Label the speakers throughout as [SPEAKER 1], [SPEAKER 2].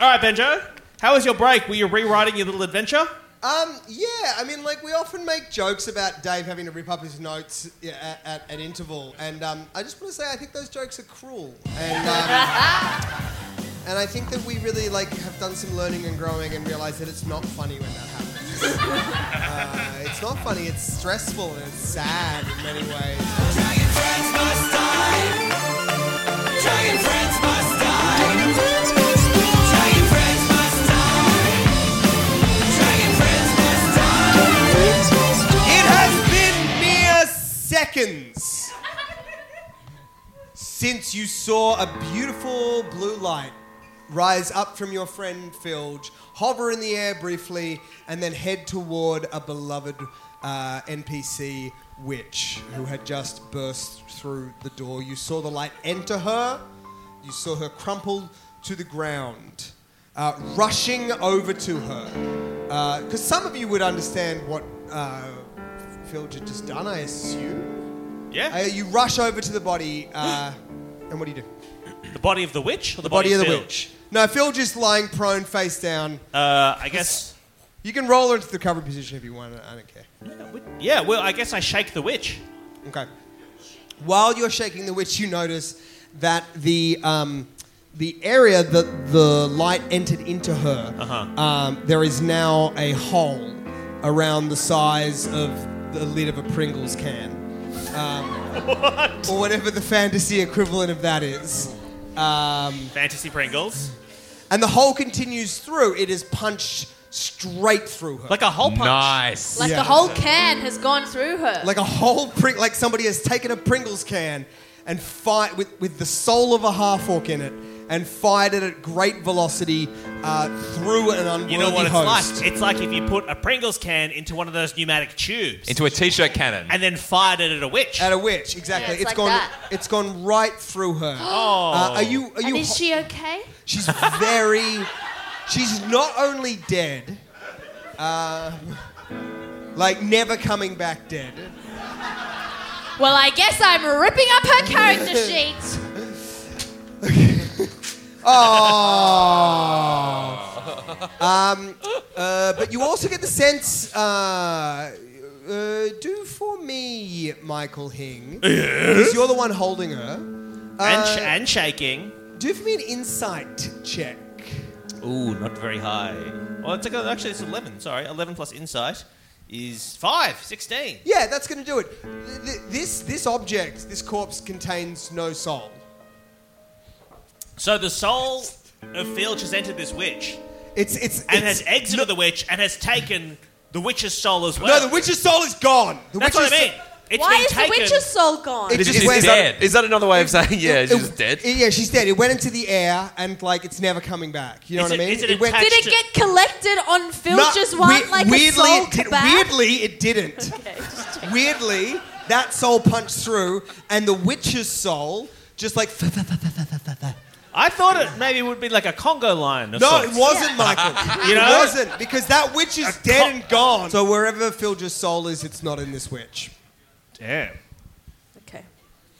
[SPEAKER 1] All right, Benjo. How was your break? Were you rewriting your little adventure?
[SPEAKER 2] Um, yeah, I mean, like, we often make jokes about Dave having to rip up his notes yeah, at, at an interval, and um, I just want to say I think those jokes are cruel. And, um, and I think that we really, like, have done some learning and growing and realised that it's not funny when that happens. uh, it's not funny, it's stressful and it's sad in many ways. It has been mere seconds since you saw a beautiful blue light rise up from your friend Filge, hover in the air briefly, and then head toward a beloved uh, NPC witch who had just burst through the door. You saw the light enter her, you saw her crumple to the ground, uh, rushing over to her because some of you would understand what uh, Filge had just done, I assume.
[SPEAKER 1] Yeah.
[SPEAKER 2] Uh, you rush over to the body, uh, and what do you do?
[SPEAKER 1] the body of the witch or the,
[SPEAKER 2] Body of the
[SPEAKER 1] Filge?
[SPEAKER 2] witch. No, Filge is lying prone, face down.
[SPEAKER 1] Uh, I guess.
[SPEAKER 2] You can roll her into the covered position if you want. I don't care.
[SPEAKER 1] Yeah. Well, I guess I shake the witch.
[SPEAKER 2] Okay. While you're shaking the witch, you notice that the um, the area that the light entered into her, uh-huh. um, there is now a hole around the size of the lid of a Pringles can, um, or whatever the fantasy equivalent of that is.
[SPEAKER 1] Fantasy Pringles.
[SPEAKER 2] And the hole continues through. It is punched straight through her,
[SPEAKER 1] Like a hole punch.
[SPEAKER 3] Nice.
[SPEAKER 4] Like
[SPEAKER 2] Yeah.
[SPEAKER 4] the whole can has gone through her.
[SPEAKER 2] like a whole pring- like somebody has taken a Pringles can and fired with, with the soul of a half orc in it and fired it at great velocity uh, through an unworthy
[SPEAKER 1] You know what it's
[SPEAKER 2] host.
[SPEAKER 1] like? It's like if you put a Pringles can into one of those pneumatic tubes
[SPEAKER 3] Into a t-shirt cannon.
[SPEAKER 1] and then fired it at a witch.
[SPEAKER 2] At a witch, exactly.
[SPEAKER 4] Yeah, it's like
[SPEAKER 2] gone.
[SPEAKER 4] that.
[SPEAKER 2] It's gone right through her. Oh, are you? Are you?
[SPEAKER 4] and is
[SPEAKER 2] ho-
[SPEAKER 4] she okay?
[SPEAKER 2] She's very. she's not only dead, um, like never coming back dead.
[SPEAKER 4] Well, I guess I'm ripping up her character sheet.
[SPEAKER 2] Oh. um, uh, but you also get the sense. Uh, uh, do for me, Michael Hing. Because you're the one holding her.
[SPEAKER 1] and,
[SPEAKER 2] Uh,
[SPEAKER 1] sh- and shaking.
[SPEAKER 2] Do for me an insight check.
[SPEAKER 1] Ooh, not very high. Well, it's like a, actually it's eleven. Sorry, eleven plus insight is five. Sixteen.
[SPEAKER 2] Yeah, that's going to do it. Th- th- This this object, this corpse contains no soul.
[SPEAKER 1] So the soul of Filch has entered this witch
[SPEAKER 2] It's it's
[SPEAKER 1] and
[SPEAKER 2] it's-
[SPEAKER 1] has exited the witch and has taken the witch's soul as well.
[SPEAKER 2] No, the witch's soul is gone. The
[SPEAKER 1] That's
[SPEAKER 2] witch's
[SPEAKER 1] what I mean. It's
[SPEAKER 4] Why
[SPEAKER 1] been
[SPEAKER 4] is
[SPEAKER 1] taken.
[SPEAKER 4] the witch's soul gone?
[SPEAKER 2] It
[SPEAKER 3] It's
[SPEAKER 2] just
[SPEAKER 3] just
[SPEAKER 2] went-
[SPEAKER 3] dead. Is that another way of saying yeah?
[SPEAKER 2] It-
[SPEAKER 3] She's just dead.
[SPEAKER 2] Yeah, she's dead. It went into the air and like it's never coming back. You know
[SPEAKER 1] Is
[SPEAKER 2] what
[SPEAKER 1] it-
[SPEAKER 2] I mean?
[SPEAKER 1] is it
[SPEAKER 2] went
[SPEAKER 1] attached
[SPEAKER 4] Did it get collected on Filch's
[SPEAKER 2] No,
[SPEAKER 4] one
[SPEAKER 2] wei-
[SPEAKER 4] like a soul
[SPEAKER 2] it did-
[SPEAKER 4] kebab?
[SPEAKER 2] Weirdly, it didn't.
[SPEAKER 4] Okay, just check.
[SPEAKER 2] weirdly, that soul punched through, and the witch's soul just like.
[SPEAKER 1] I thought it maybe would be like a Congo line. Or
[SPEAKER 2] No, it
[SPEAKER 1] sorts.
[SPEAKER 2] wasn't, Michael.
[SPEAKER 1] You
[SPEAKER 2] It
[SPEAKER 1] know?
[SPEAKER 2] wasn't because that witch is dead and gone. So wherever Filger's soul is, it's not in this witch.
[SPEAKER 1] Damn.
[SPEAKER 4] Okay.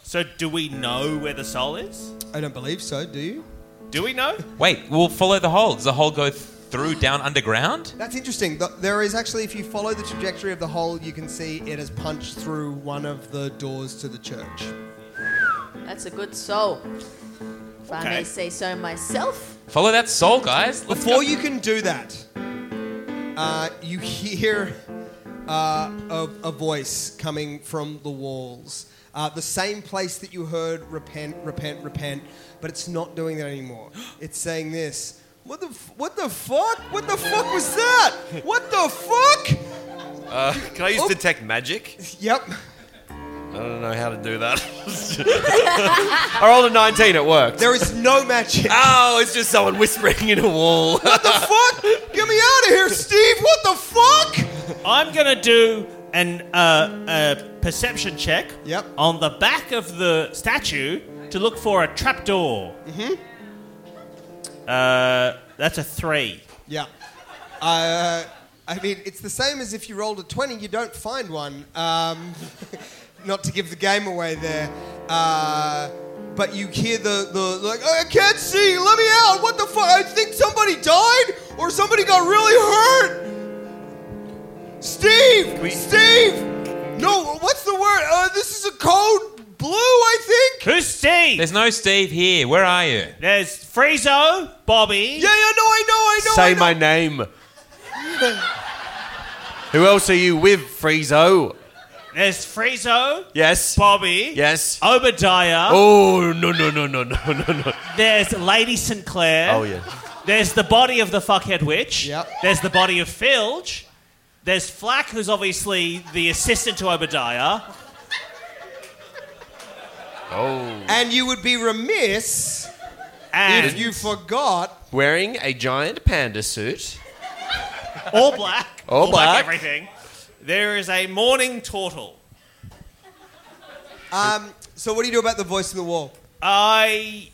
[SPEAKER 1] So do we know where the soul is?
[SPEAKER 2] I don't believe so. Do you?
[SPEAKER 1] Do we know?
[SPEAKER 3] Wait, we'll follow the hole. Does the hole go through down underground?
[SPEAKER 2] That's interesting. Th- There is actually, if you follow the trajectory of the hole, you can see it has punched through one of the doors to the church.
[SPEAKER 4] That's a good soul. If I
[SPEAKER 1] Okay.
[SPEAKER 4] may say so myself.
[SPEAKER 3] Follow that soul, guys. Let's
[SPEAKER 2] Before
[SPEAKER 3] go.
[SPEAKER 2] you can do that, uh, you hear uh, a, a voice coming from the walls. Uh, the same place that you heard repent, repent, repent, but it's not doing that anymore. It's saying this. What the, f- what the fuck? What the fuck was that? What the fuck?
[SPEAKER 4] Oh.
[SPEAKER 3] Can I use detect magic?
[SPEAKER 2] Yep.
[SPEAKER 5] I don't know how to do that. I rolled a 19, it worked.
[SPEAKER 2] There is no magic.
[SPEAKER 5] Oh, it's just someone whispering in a wall.
[SPEAKER 2] what the fuck? Get me out of here, Steve. What the fuck?
[SPEAKER 1] I'm gonna do an uh, a perception check.
[SPEAKER 2] Yep.
[SPEAKER 1] On the back of the statue to look for a trapdoor. Mm-hmm. Uh, that's a three.
[SPEAKER 2] Yeah. Uh, I mean, it's the same as if you rolled a 20, you don't find one. Um, not to give the game away there. Uh, but you hear the, the like, I can't see, let me out, what the fuck? I think somebody died or somebody got really hurt. Steve! Steve! No, what's the word? Uh, this is a code blue, I think.
[SPEAKER 1] Who's Steve? There's,
[SPEAKER 3] There's no Steve here. Where are you?
[SPEAKER 1] Friezo, Bobby.
[SPEAKER 2] Yeah, yeah, no, I know, I know. I
[SPEAKER 5] Say
[SPEAKER 2] know.
[SPEAKER 5] my name. Who else are you with, Friezo?
[SPEAKER 1] There's Friezo,
[SPEAKER 5] Yes.
[SPEAKER 1] Bobby.
[SPEAKER 5] Yes.
[SPEAKER 1] Obadiah.
[SPEAKER 5] Oh, no, no, no, no, no, no, no.
[SPEAKER 1] There's Lady Sinclair.
[SPEAKER 5] Oh, yeah.
[SPEAKER 1] There's the body of the fuckhead witch.
[SPEAKER 2] Yep.
[SPEAKER 1] There's the body of Filge. There's Flack, who's obviously the assistant to Obadiah.
[SPEAKER 5] Oh.
[SPEAKER 2] And you would be remiss
[SPEAKER 1] And
[SPEAKER 2] if you forgot
[SPEAKER 5] Wearing a giant panda suit.
[SPEAKER 1] all black.
[SPEAKER 5] All black.
[SPEAKER 1] everything. There is a mourning turtle.
[SPEAKER 2] Um, so what do you do about the voice in the wall?
[SPEAKER 1] I.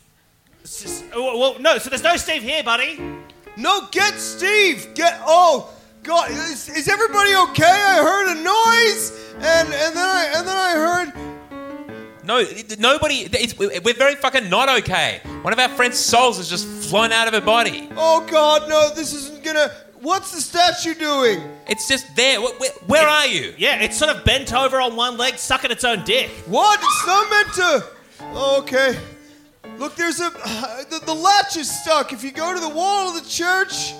[SPEAKER 1] s- s- oh, Well, no, so there's no Steve here, buddy.
[SPEAKER 2] No, get Steve. Get oh God, is, is everybody okay? I heard a noise, and and then I and then I heard.
[SPEAKER 3] No, it- nobody. It's, we're very fucking not okay. One of our friend's souls has just flown out of her body.
[SPEAKER 2] Oh God, no, this isn't gonna. What's the statue doing?
[SPEAKER 3] It's just there. Wh- wh- Where are you?
[SPEAKER 1] Yeah, it's sort of bent over on one leg, sucking its own dick.
[SPEAKER 2] What? It's not meant to. Okay. Look, there's a the, the latch is stuck. If you go to the wall of the church.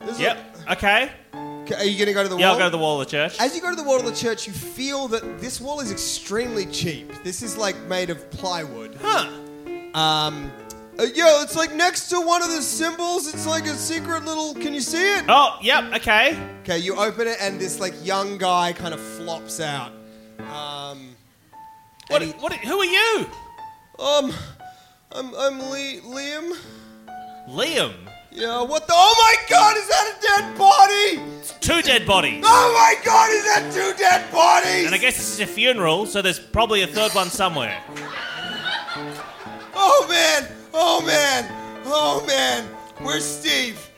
[SPEAKER 2] there's a-
[SPEAKER 1] Yep. Okay.
[SPEAKER 2] Okay, are you gonna go to the
[SPEAKER 1] Yeah,
[SPEAKER 2] wall?
[SPEAKER 1] I'll go to the wall of the church.
[SPEAKER 2] As you go to the wall of the church, you feel that this wall is extremely cheap. This is like made of plywood.
[SPEAKER 1] Huh.
[SPEAKER 2] Um, uh, yo, it's like next to one of the symbols. It's like a secret little. Can you see it?
[SPEAKER 1] Oh, yep. Okay.
[SPEAKER 2] Okay, you open it, and this like young guy kind of flops out. Um,
[SPEAKER 1] What,
[SPEAKER 2] and he-
[SPEAKER 1] what? Who are you?
[SPEAKER 2] um, I'm I'm Lee, Liam.
[SPEAKER 1] Liam.
[SPEAKER 2] Yeah, what the? Oh my God, is that a dead body?
[SPEAKER 1] Two dead bodies.
[SPEAKER 2] Oh my God, is that two dead bodies?
[SPEAKER 1] And I guess this is a funeral, so there's probably a third one somewhere.
[SPEAKER 2] oh man, oh man, oh man. Where's Steve?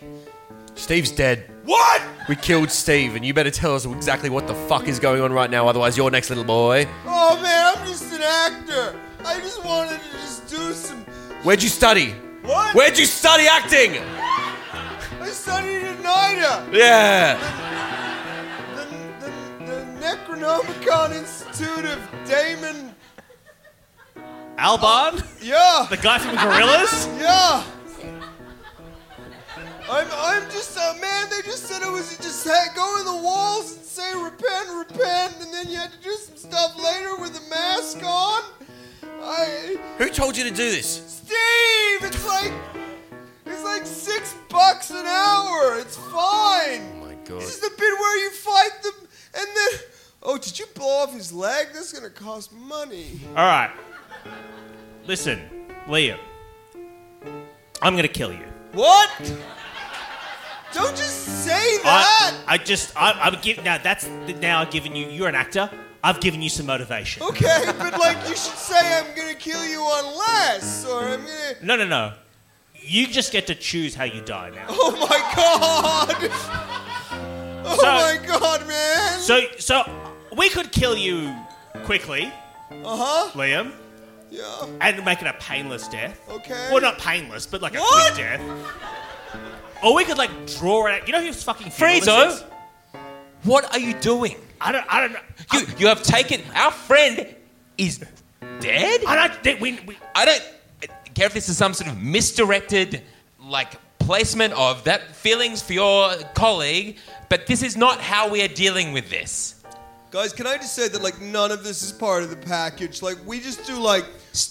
[SPEAKER 5] Steve's dead.
[SPEAKER 2] What?
[SPEAKER 5] We killed Steve, and you better tell us exactly what the fuck is going on right now, otherwise, you're next little boy.
[SPEAKER 2] Oh man, I'm just an actor. I just wanted to just do some.
[SPEAKER 5] Where'd you study?
[SPEAKER 2] What?
[SPEAKER 5] Where'd you study acting?
[SPEAKER 2] I studied at NIDA.
[SPEAKER 5] Yeah.
[SPEAKER 2] the, the, the Necronomicon Institute of Damon.
[SPEAKER 1] Alban,
[SPEAKER 2] Yeah,
[SPEAKER 1] the guy from Gorillas.
[SPEAKER 2] yeah. I'm, I'm just a man. They just said it was you just had, go in the walls and say repent, repent, and then you had to do some stuff later with a mask on. I,
[SPEAKER 5] Who told you to do this?
[SPEAKER 2] Steve, it's like it's like six bucks an hour. It's fine.
[SPEAKER 5] Oh my god.
[SPEAKER 2] This is the bit where you fight them, and then. Oh, did you blow off his leg? That's gonna cost money.
[SPEAKER 1] All right. Listen, Liam. I'm gonna kill you.
[SPEAKER 2] What? Don't just say that.
[SPEAKER 1] I, I just, I, I'm giving. Now that's now I've given you. You're an actor. I've given you some motivation.
[SPEAKER 2] okay, but like you should say I'm gonna kill you unless, or I'm gonna.
[SPEAKER 1] No, no, no. You just get to choose how you die now.
[SPEAKER 2] Oh my god. Oh
[SPEAKER 1] So-
[SPEAKER 2] my god, man.
[SPEAKER 1] So, so we could kill you quickly,
[SPEAKER 2] uh huh.
[SPEAKER 1] Liam,
[SPEAKER 2] Yeah.
[SPEAKER 1] and make it a painless death.
[SPEAKER 2] Okay.
[SPEAKER 1] Well, not painless, but like a
[SPEAKER 2] What?
[SPEAKER 1] quick death. Or we could like draw it out. You know who's fucking funeral this is?
[SPEAKER 3] Friezo, what are you doing?
[SPEAKER 1] I don't. I don't know.
[SPEAKER 3] You, you have taken our friend is dead.
[SPEAKER 1] I don't think we. we
[SPEAKER 3] I don't care if this is some sort of misdirected, like, placement of that feelings for your colleague, but this is not how we are dealing with this.
[SPEAKER 2] Guys, can I just say that like none of this is part of the package? Like we just do like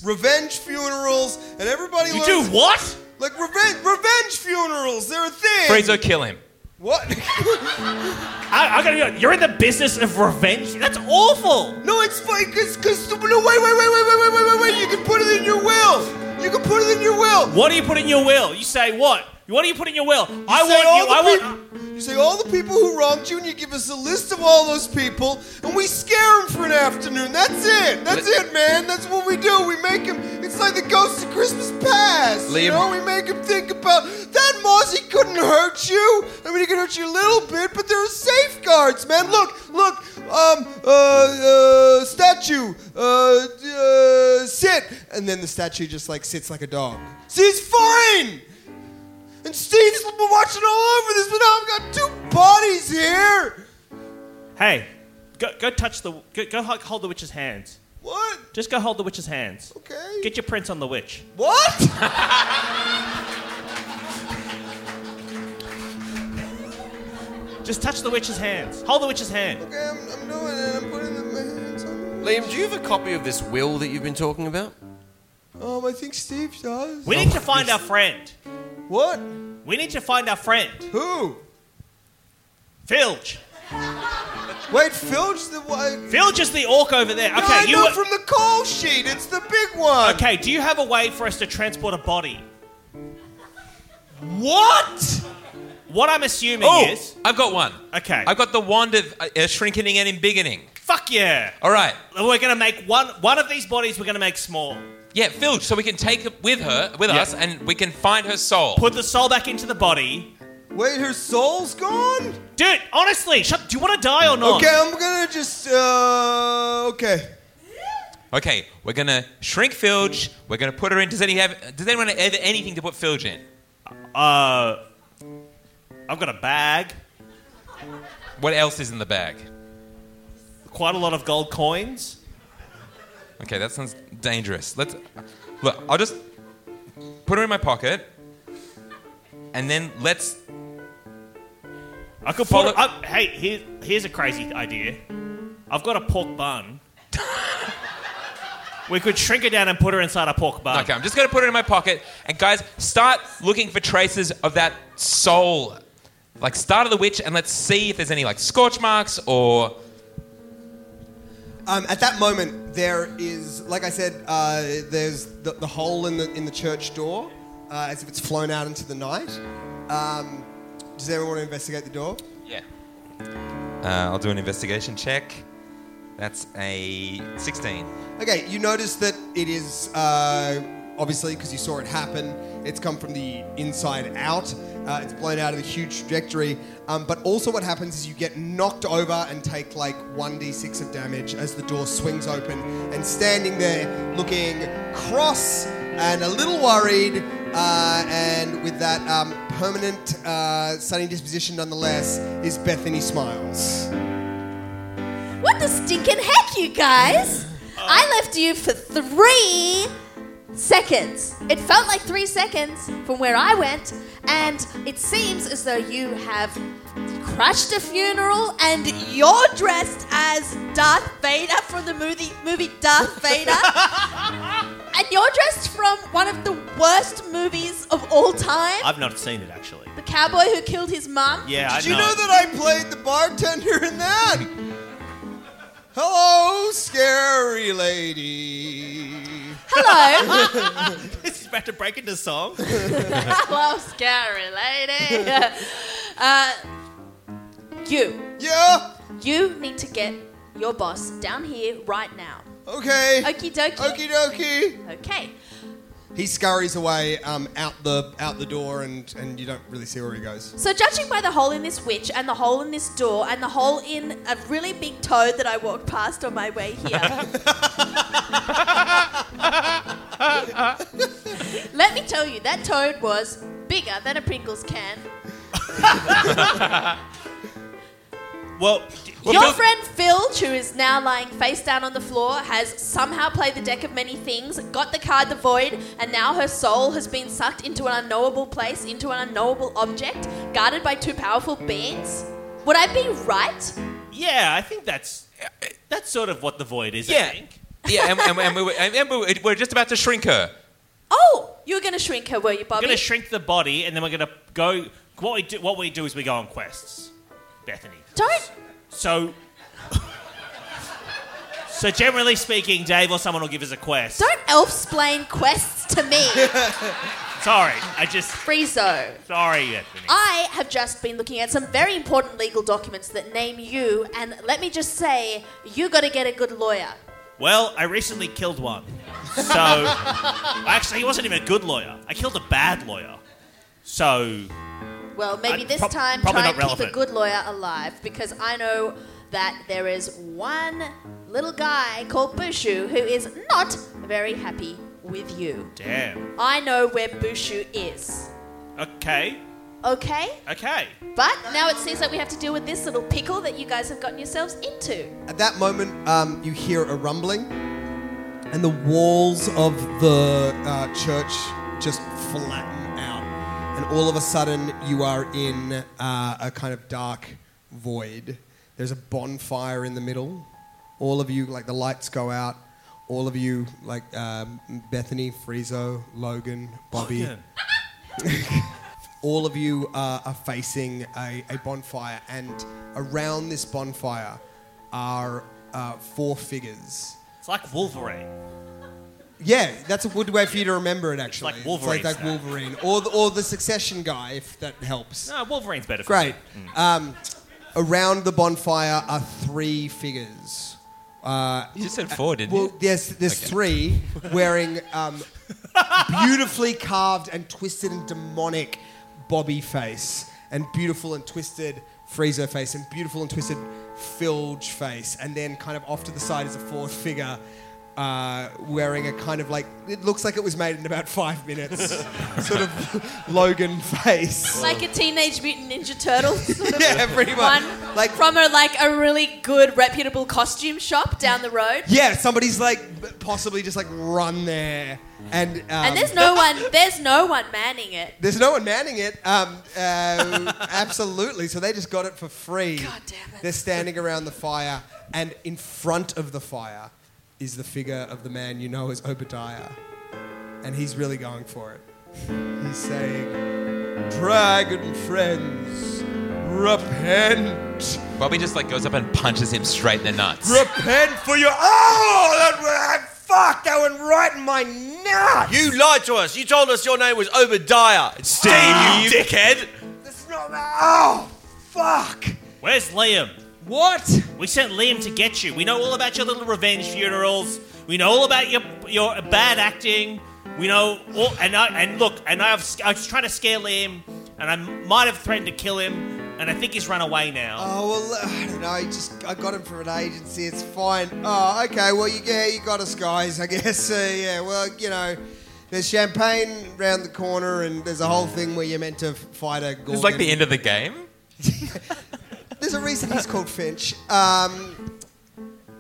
[SPEAKER 2] revenge funerals, and everybody
[SPEAKER 1] you
[SPEAKER 2] learns
[SPEAKER 1] do what?
[SPEAKER 2] like revenge revenge funerals. They're a thing.
[SPEAKER 3] Friezo, kill him.
[SPEAKER 2] What?
[SPEAKER 1] I, I gotta be like, you're in the business of revenge? That's awful!
[SPEAKER 2] no, it's fine, cause, cause no, wait, wait, wait, wait, wait, wait, wait, wait, wait. You can put it in your will. You can put it in your will.
[SPEAKER 1] What do you put in your will? You say what? What do you put in your will? I
[SPEAKER 2] say all the
[SPEAKER 1] want you, I want.
[SPEAKER 2] peop- You say all the people who wronged you, and you give us a list of all those people, and we scare them for an afternoon. That's it. That's it, man. That's what we do. We make them. It's like the ghost of Christmas past.
[SPEAKER 5] Liam-
[SPEAKER 2] You know, we make them think about that Mozzie couldn't hurt you. I mean, he could hurt you a little bit, but there are safeguards, man. Look, look. Um, uh, uh, statue. Uh, uh, sit. And then the statue just like sits like a dog. See, it's fine. And Steve's been watching all over this, but now I've got two bodies here.
[SPEAKER 1] Hey, go, go touch the. Go, go ho- hold the witch's hands.
[SPEAKER 2] What?
[SPEAKER 1] Just go hold the witch's hands.
[SPEAKER 2] Okay.
[SPEAKER 1] Get your prints on the witch.
[SPEAKER 2] what?
[SPEAKER 1] Just touch the witch's hands. Hold the witch's hand.
[SPEAKER 2] okay, I'm, I'm doing it. I'm putting the, my hands on.
[SPEAKER 5] Liam, do you have a copy of this will that you've been talking about?
[SPEAKER 2] Um, I think Steve does.
[SPEAKER 1] We need to find our friend.
[SPEAKER 2] What?
[SPEAKER 1] We need to find our friend.
[SPEAKER 2] Who?
[SPEAKER 1] Filge.
[SPEAKER 2] Wait, Filch the one.
[SPEAKER 1] Filge is the orc over there. Okay,
[SPEAKER 2] no, I
[SPEAKER 1] you.
[SPEAKER 2] know
[SPEAKER 1] were-
[SPEAKER 2] from the call sheet. It's the big one.
[SPEAKER 1] Okay, do you have a way for us to transport a body? What? What I'm assuming
[SPEAKER 3] Oh,
[SPEAKER 1] is.
[SPEAKER 3] I've got one.
[SPEAKER 1] Okay.
[SPEAKER 3] I've got the wand of uh, uh, shrinking and embiggening.
[SPEAKER 1] Fuck yeah.
[SPEAKER 3] All right.
[SPEAKER 1] We're gonna make one one of these bodies. We're gonna make small.
[SPEAKER 3] Yeah, Filge, so we can take it with her, with
[SPEAKER 1] Yeah.
[SPEAKER 3] us, and we can find her soul.
[SPEAKER 1] Put the soul back into the body.
[SPEAKER 2] Wait, her soul's gone?
[SPEAKER 1] Dude, honestly, shut. Do you want to die or not?
[SPEAKER 2] Okay, I'm gonna just. Uh, okay.
[SPEAKER 3] okay, we're gonna shrink Filge. We're gonna put her in. Does any have? Does anyone have anything to put Filge in?
[SPEAKER 1] Uh, I've got a bag.
[SPEAKER 3] What else is in the bag?
[SPEAKER 1] Quite a lot of gold coins.
[SPEAKER 3] Okay, that sounds dangerous. Let's look. I'll just put her in my pocket, and then let's.
[SPEAKER 1] I could
[SPEAKER 3] Follow-
[SPEAKER 1] put. I, hey, here, here's a crazy idea. I've got a pork bun. we could shrink her down and put her inside a pork bun.
[SPEAKER 3] Okay, I'm just gonna put her in my pocket, and guys, start looking for traces of that soul. Like start of the witch, and let's see if there's any like scorch marks or
[SPEAKER 2] Um, at that moment, there is, like I said, uh, there's the, the hole in the in the church door, uh, as if it's flown out into the night. Um, does anyone want to investigate the door?
[SPEAKER 3] yeah. Uh, I'll do an investigation check. That's a 16.
[SPEAKER 2] Okay, you notice that it is uh, obviously because you saw it happen. It's come from the inside out. Uh, it's blown out of a huge trajectory. Um, but also, what happens is you get knocked over and take like one d6 of damage as the door swings open. And standing there, looking cross and a little worried, uh, and with that um, permanent uh, sunny disposition, nonetheless, is Bethany Smiles.
[SPEAKER 4] What the stinking heck, you guys? I left you for three seconds. It felt like three seconds from where I went, and it seems as though you have crashed a funeral and you're dressed as Darth Vader from the movie, movie Darth Vader. and you're dressed from one of the worst movies of all time
[SPEAKER 1] I've not seen it actually.
[SPEAKER 4] The Cowboy Who Killed His Mum.
[SPEAKER 1] Yeah,
[SPEAKER 2] Did
[SPEAKER 1] I
[SPEAKER 2] you know that I played the bartender in that? Hello, scary lady.
[SPEAKER 4] Hello.
[SPEAKER 1] It's about to break into song.
[SPEAKER 4] Hello, scary lady. uh, you,
[SPEAKER 2] Yeah.
[SPEAKER 4] you need to get your boss down here right now.
[SPEAKER 2] Okay.
[SPEAKER 4] Okie dokie.
[SPEAKER 2] Okie dokie.
[SPEAKER 4] Okay.
[SPEAKER 2] He scurries away um, out the out the door, and and you don't really see where he goes.
[SPEAKER 4] So judging by the hole in this witch and the hole in this door and the hole in a really big toad that I walked past on my way here. Let me tell you, that toad was bigger than a Pringles can.
[SPEAKER 1] Well,
[SPEAKER 4] Your friend Filch, who is now lying face down on the floor, has somehow played the deck of many things, got the card the void, and now her soul has been sucked into an unknowable place, into an unknowable object, guarded by two powerful beings. Would I be right?
[SPEAKER 1] yeah, I think that's that's sort of what the void is. I
[SPEAKER 3] Yeah.
[SPEAKER 1] think.
[SPEAKER 3] Yeah, and, and, and, we were, and, and we were, we're just about to shrink her.
[SPEAKER 4] Oh, you were going to shrink her, were you,
[SPEAKER 1] We're
[SPEAKER 4] Bobby?
[SPEAKER 1] gonna shrink the body, and then we're gonna go What we do, what we do is we go on quests, Bethany.
[SPEAKER 4] Don't.
[SPEAKER 1] So. so generally speaking, Dave or someone will give us a quest.
[SPEAKER 4] Don't elf-splain quests to me,
[SPEAKER 1] Sorry, I just
[SPEAKER 4] Friezo.
[SPEAKER 1] sorry, Bethany.
[SPEAKER 4] I have just been looking at some very important legal documents that name you, and let me just say, you gotta get a good lawyer.
[SPEAKER 1] Well, I recently killed one. So, actually, he wasn't even a good lawyer. I killed a bad lawyer. So,
[SPEAKER 4] Well, maybe
[SPEAKER 1] Uh,
[SPEAKER 4] this
[SPEAKER 1] prob-
[SPEAKER 4] time
[SPEAKER 1] probably
[SPEAKER 4] try
[SPEAKER 1] not
[SPEAKER 4] and keep a
[SPEAKER 1] relevant.
[SPEAKER 4] good lawyer alive because I know that there is one little guy called Bushu who is not very happy with you.
[SPEAKER 1] damn.
[SPEAKER 4] I know where Bushu is.
[SPEAKER 1] Okay,
[SPEAKER 4] Okay?
[SPEAKER 1] okay.
[SPEAKER 4] But now it seems like we have to deal with this little pickle that you guys have gotten yourselves into.
[SPEAKER 2] At that moment, um, you hear a rumbling, and the walls of the uh, church just flatten out. And all of a sudden, you are in uh, a kind of dark void. There's a bonfire in the middle. All of you, like the lights go out. All of you, like um, Bethany, Friezo, Logan, Bobby all of you uh, are facing a, a bonfire, and around this bonfire are uh, four figures.
[SPEAKER 1] It's like Wolverine.
[SPEAKER 2] Yeah, that's a good way for you to remember it. Actually,
[SPEAKER 1] like Wolverine
[SPEAKER 2] It's like,
[SPEAKER 1] style.
[SPEAKER 2] like Wolverine, or the, or the Succession guy, if that helps.
[SPEAKER 1] No, Wolverine's better. For
[SPEAKER 2] Great.
[SPEAKER 1] me.
[SPEAKER 2] Um, around the bonfire are three figures. Uh,
[SPEAKER 3] You just said four, didn't
[SPEAKER 2] Well,
[SPEAKER 3] you?
[SPEAKER 2] there's there's three wearing um, beautifully carved and twisted and demonic Bobby face, and beautiful and twisted Friezo face, and beautiful and twisted Filge face, and then kind of off to the side is a fourth figure. Uh, wearing a kind of like it looks like it was made in about five minutes, sort of Logan face.
[SPEAKER 4] Like a Teenage Mutant Ninja Turtle sort of
[SPEAKER 2] Yeah, pretty much.
[SPEAKER 4] one.
[SPEAKER 2] Like
[SPEAKER 4] from a like a really good reputable costume shop down the road.
[SPEAKER 2] yeah, somebody's like possibly just like run there, and um,
[SPEAKER 4] And there's no one there's no one manning it.
[SPEAKER 2] There's no one manning it. Um, uh, absolutely. So they just got it for free.
[SPEAKER 4] God damn it.
[SPEAKER 2] They're standing around the fire, and in front of the fire is the figure of the man you know as Obadiah. And he's really going for it. He's saying, Dragon friends, repent.
[SPEAKER 3] Bobby just like goes up and punches him straight in the nuts.
[SPEAKER 2] Repent for your. Oh, that, that fuck, that went right in my nuts.
[SPEAKER 5] You lied to us. You told us your name was Obadiah. It's Steve, you dickhead.
[SPEAKER 2] That's not. Oh, fuck.
[SPEAKER 1] Where's Liam?
[SPEAKER 2] What?
[SPEAKER 1] We sent Liam to get you. We know all about your little revenge funerals. We know all about your your bad acting. We know all. And I and look, and I was, I was trying to scare Liam, and I might have threatened to kill him, and I think he's run away now.
[SPEAKER 2] Oh well, I don't know. Just I got him from an agency. It's fine. Oh, okay. Well, you, yeah, you got us, guys. I guess. Uh, yeah. Well, you know, there's champagne round the corner, and there's a whole thing where you're meant to fight a. Gorgon.
[SPEAKER 3] It's like the end of the game.
[SPEAKER 2] There's a reason he's called Finch. Um,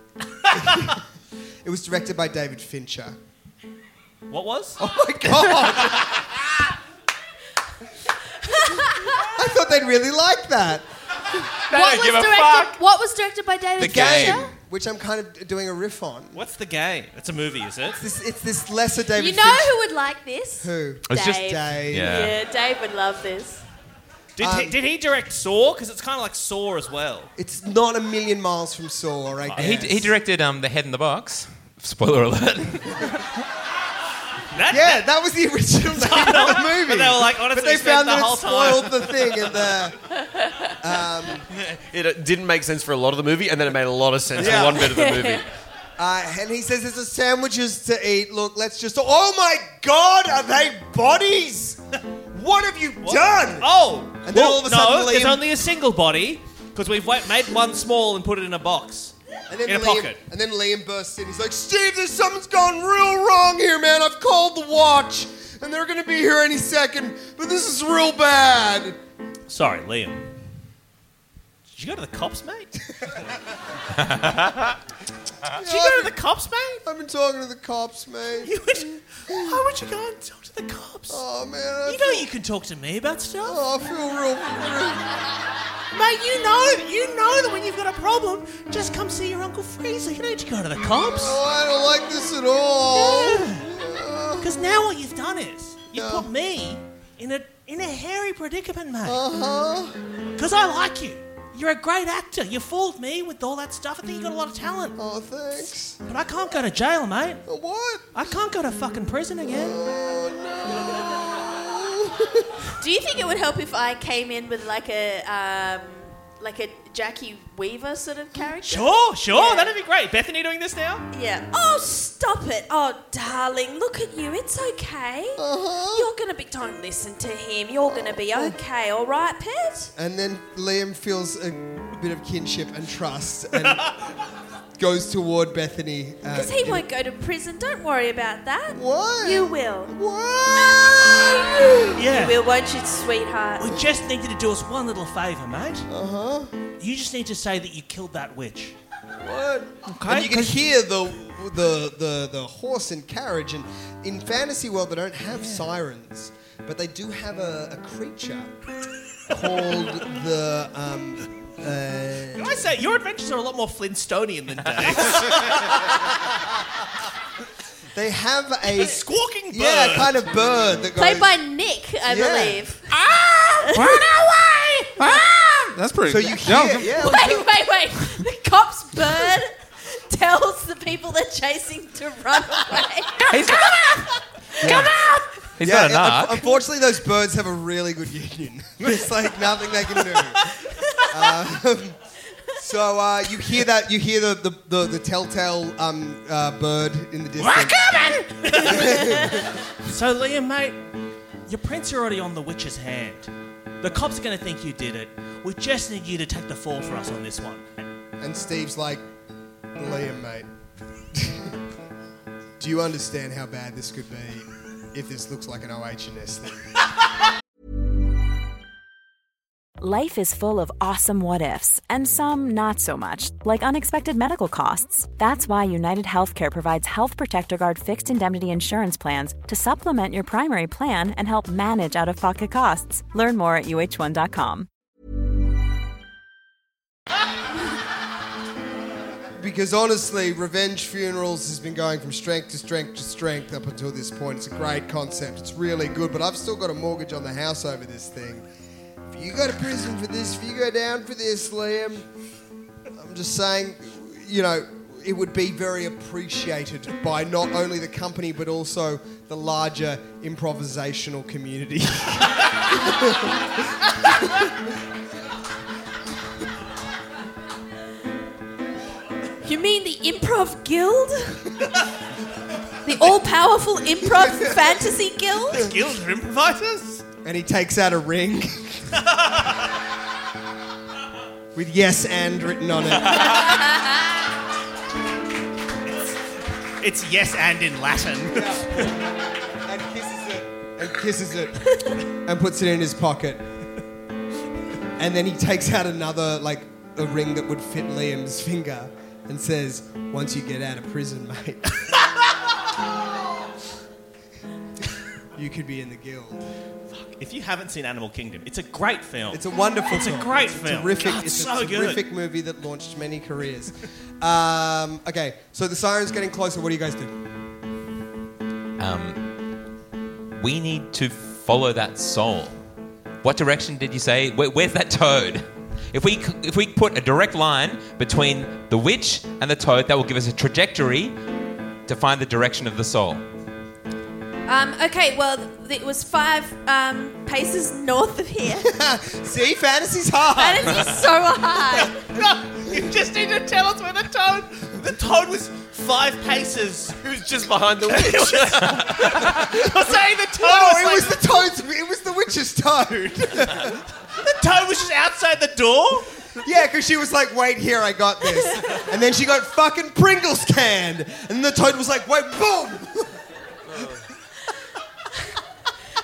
[SPEAKER 2] it was directed by David Fincher.
[SPEAKER 1] What was?
[SPEAKER 2] Oh my god! I thought they'd really like that.
[SPEAKER 4] What was, directed, what was directed by David
[SPEAKER 3] The
[SPEAKER 4] Fincher?
[SPEAKER 3] game.
[SPEAKER 2] Which I'm kind of doing a riff on.
[SPEAKER 1] What's the game? It's a movie, is it?
[SPEAKER 2] This, it's this lesser David
[SPEAKER 4] You know who would like this?
[SPEAKER 2] Fincher. Who?
[SPEAKER 3] It's just
[SPEAKER 4] Dave.
[SPEAKER 2] Dave.
[SPEAKER 3] Yeah.
[SPEAKER 4] Yeah, Dave would love this.
[SPEAKER 1] Did, he, did he direct Saw? Because it's kind of like Saw as well.
[SPEAKER 2] It's not a million miles from Saw, right?
[SPEAKER 3] He, he directed um, The Head in the Box. Spoiler alert.
[SPEAKER 1] That,
[SPEAKER 2] Yeah, that was the original name of the movie.
[SPEAKER 1] But they were like, honestly,
[SPEAKER 2] But they
[SPEAKER 1] we spent
[SPEAKER 2] found
[SPEAKER 1] the
[SPEAKER 2] that
[SPEAKER 1] whole
[SPEAKER 2] it spoiled the thing, and the
[SPEAKER 5] It uh, didn't make sense for a lot of the movie, and then it made a lot of sense
[SPEAKER 2] Yeah.
[SPEAKER 5] for one bit of the movie.
[SPEAKER 2] uh, and he says, "There's a sandwiches to eat. Look, let's just." Oh my God, are they bodies? What have you done?
[SPEAKER 1] Oh!
[SPEAKER 2] And then all of a sudden
[SPEAKER 1] no,
[SPEAKER 2] Liam-
[SPEAKER 1] there's only a single body because we've wa- made one small and put it in a box.
[SPEAKER 2] and then
[SPEAKER 1] in a
[SPEAKER 2] Liam,
[SPEAKER 1] pocket.
[SPEAKER 2] And then Liam bursts in. He's like, "Steve, there's something's gone real wrong here, man. I've called the watch, and they're gonna be here any second. But this is real bad."
[SPEAKER 1] Sorry, Liam. Did you go to the cops, mate? Did you go to the cops, mate?
[SPEAKER 2] I've been talking to the cops, mate.
[SPEAKER 1] You would, why would you go and talk to the cops?
[SPEAKER 2] Oh man, I
[SPEAKER 1] You know you can talk to me about stuff.
[SPEAKER 2] Oh, I feel real.
[SPEAKER 1] Mate, you know, you know that when you've got a problem, just come see your Uncle Freezer. You don't need to go to the cops.
[SPEAKER 2] Oh, I don't like this at all. Uh-huh.
[SPEAKER 1] Because now what you've done is you've
[SPEAKER 2] Yeah.
[SPEAKER 1] put me in a in a hairy predicament, mate. Uh huh.
[SPEAKER 2] Uh-huh.
[SPEAKER 1] Because I like you. You're a great actor. You fooled me with all that stuff. I think you got a lot of talent.
[SPEAKER 2] Oh, thanks.
[SPEAKER 1] But I can't go to jail, mate.
[SPEAKER 2] Oh, What?
[SPEAKER 1] I can't go to fucking prison again.
[SPEAKER 4] Do you think it would help if I came in with like a um, like a Jackie Weaver sort of character?
[SPEAKER 1] Sure, sure.
[SPEAKER 4] Yeah.
[SPEAKER 1] That'd be great. Bethany doing this now?
[SPEAKER 4] Yeah. Oh, stop it. Oh, darling, look at you. It's okay.
[SPEAKER 2] Uh-huh.
[SPEAKER 4] You're going to be. Don't listen to him. You're going to be
[SPEAKER 2] Oh.
[SPEAKER 4] okay, all right, pet?
[SPEAKER 2] And then Liam feels a bit of kinship and trust and goes toward Bethany. uh,
[SPEAKER 4] Because he won't go to prison. Don't worry about that.
[SPEAKER 2] What?
[SPEAKER 4] You will.
[SPEAKER 2] What?
[SPEAKER 1] Yeah.
[SPEAKER 4] You will, won't you, sweetheart?
[SPEAKER 1] We just need you to do us one little favour, mate. Uh huh.
[SPEAKER 2] Uh-huh.
[SPEAKER 1] You just need to say that you killed that witch.
[SPEAKER 2] What? And you can hear the, the the the horse and carriage, and in fantasy world they don't have sirens, but they do have a, a creature called the. Um, uh,
[SPEAKER 1] Can I say your adventures are a lot more Flintstonian than Dave's?
[SPEAKER 2] they have a
[SPEAKER 1] Squawking bird.
[SPEAKER 2] yeah kind of bird that goes.
[SPEAKER 4] Played by Nick, I
[SPEAKER 2] Yeah.
[SPEAKER 4] believe.
[SPEAKER 6] That's pretty.
[SPEAKER 2] so you hear yeah.
[SPEAKER 4] Wait, wait, wait. The cop's bird tells the people they're chasing to run away.
[SPEAKER 3] He's
[SPEAKER 2] Yeah,
[SPEAKER 3] not an arc.
[SPEAKER 2] un- unfortunately, those birds have a really good union. There's like nothing they can do. um, so uh, you hear that? You hear the the, the, the telltale um, uh, bird in the distance.
[SPEAKER 1] So, Liam, mate, your prints are already on the witch's hand. The cops are going to think you did it. We just need you to take the fall for us on this one.
[SPEAKER 2] And Steve's like, Liam, mate. do you understand how bad this could be if this looks like an OH&S thing?
[SPEAKER 7] Life is full of awesome what ifs, and some not so much, like unexpected medical costs. That's why United Healthcare provides Health Protector Guard fixed indemnity insurance plans to supplement your primary plan and help manage out of pocket costs. Learn more at uh1.com.
[SPEAKER 2] Because honestly, Revenge Funerals has been going from strength to strength to strength up until this point. It's a great concept. It's really good, but I've still got a mortgage on the house over this thing. If you go to prison for this, if you go down for this, Liam, I'm just saying, you know, it would be very appreciated by not only the company but also the larger improvisational community.
[SPEAKER 4] You mean the Improv Guild? the all powerful Improv Fantasy Guild?
[SPEAKER 1] Guild of improvisers?
[SPEAKER 2] and he takes out a ring with yes and written on it.
[SPEAKER 1] It's yes and in Latin.
[SPEAKER 2] and kisses it and kisses it and puts it in his pocket and then he takes out another like a ring that would fit liam's finger and says once you get out of prison mate you could be in the guild
[SPEAKER 1] if you haven't seen Animal Kingdom, it's a great film.
[SPEAKER 2] it's a wonderful
[SPEAKER 1] It's a
[SPEAKER 2] film.
[SPEAKER 1] great
[SPEAKER 2] It's
[SPEAKER 1] film.
[SPEAKER 2] terrific
[SPEAKER 1] God,
[SPEAKER 2] it's
[SPEAKER 1] so
[SPEAKER 2] a
[SPEAKER 1] good.
[SPEAKER 2] terrific movie that launched many careers um, okay so the siren's getting closer what do you guys do
[SPEAKER 3] We need to follow that soul. What direction did you say? Where, where's that toad? If we c- if we put a direct line between the witch and the toad, that will give us a trajectory to find the direction of the soul.
[SPEAKER 4] Um, okay, well, th- it was five um, paces north of here.
[SPEAKER 2] see fantasy's hard
[SPEAKER 4] That is so high.
[SPEAKER 1] you just need to tell us where the toad. The toad was five paces.
[SPEAKER 5] It was just behind the witch.
[SPEAKER 1] You're saying the toad
[SPEAKER 2] No,
[SPEAKER 1] was,
[SPEAKER 2] Oh, it was
[SPEAKER 1] like-
[SPEAKER 2] the toad's. It was the witch's toad.
[SPEAKER 1] the toad was just outside the door.
[SPEAKER 2] yeah, because she was like, "Wait here, I got this," and then she got fucking Pringles canned, and the toad was like, "Wait, boom!"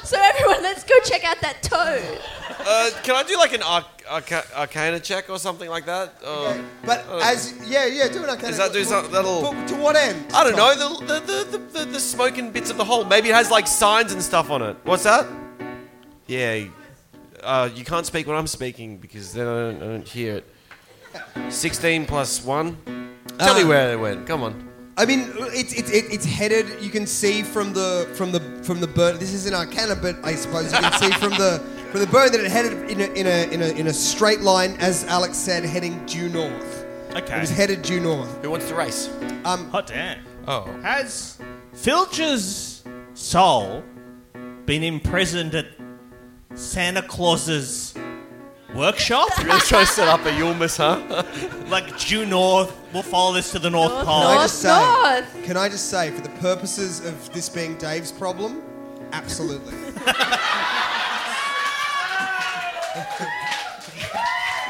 [SPEAKER 4] So, everyone, let's go check out that toad.
[SPEAKER 5] Uh, can I do like an arc, arca- arcana check or something like that? Or,
[SPEAKER 2] But as yeah, yeah, do an arcana.
[SPEAKER 5] Does that do something that'll-
[SPEAKER 2] But to what end?
[SPEAKER 5] I don't know the the, the, the the smoking bits of the hole. Maybe it has like signs and stuff on it. What's that? Yeah, uh, you can't speak when I'm speaking because then I don't, I don't hear it. Sixteen plus one. Tell me
[SPEAKER 2] Uh,
[SPEAKER 5] where they went. Come on.
[SPEAKER 2] I mean, it's it's it, it's headed. You can see from the from the from the burn. This is an arcana, but I suppose you can see from the from the burn that it headed in a in a in a, in a straight line, as Alex said, heading due north. It
[SPEAKER 1] Okay.
[SPEAKER 2] was headed due north.
[SPEAKER 5] Who wants to race?
[SPEAKER 1] Hot damn.
[SPEAKER 3] Oh.
[SPEAKER 1] Has Filch's soul been imprisoned at Santa Claus's workshop?
[SPEAKER 5] Really trying to set up a Yulmus, huh?
[SPEAKER 1] like due north. We'll follow this to the North,
[SPEAKER 4] North,
[SPEAKER 1] Pole.
[SPEAKER 2] Can I
[SPEAKER 4] north.
[SPEAKER 2] just say?
[SPEAKER 4] north.
[SPEAKER 2] Can I just say, for the purposes of this being Dave's problem, absolutely.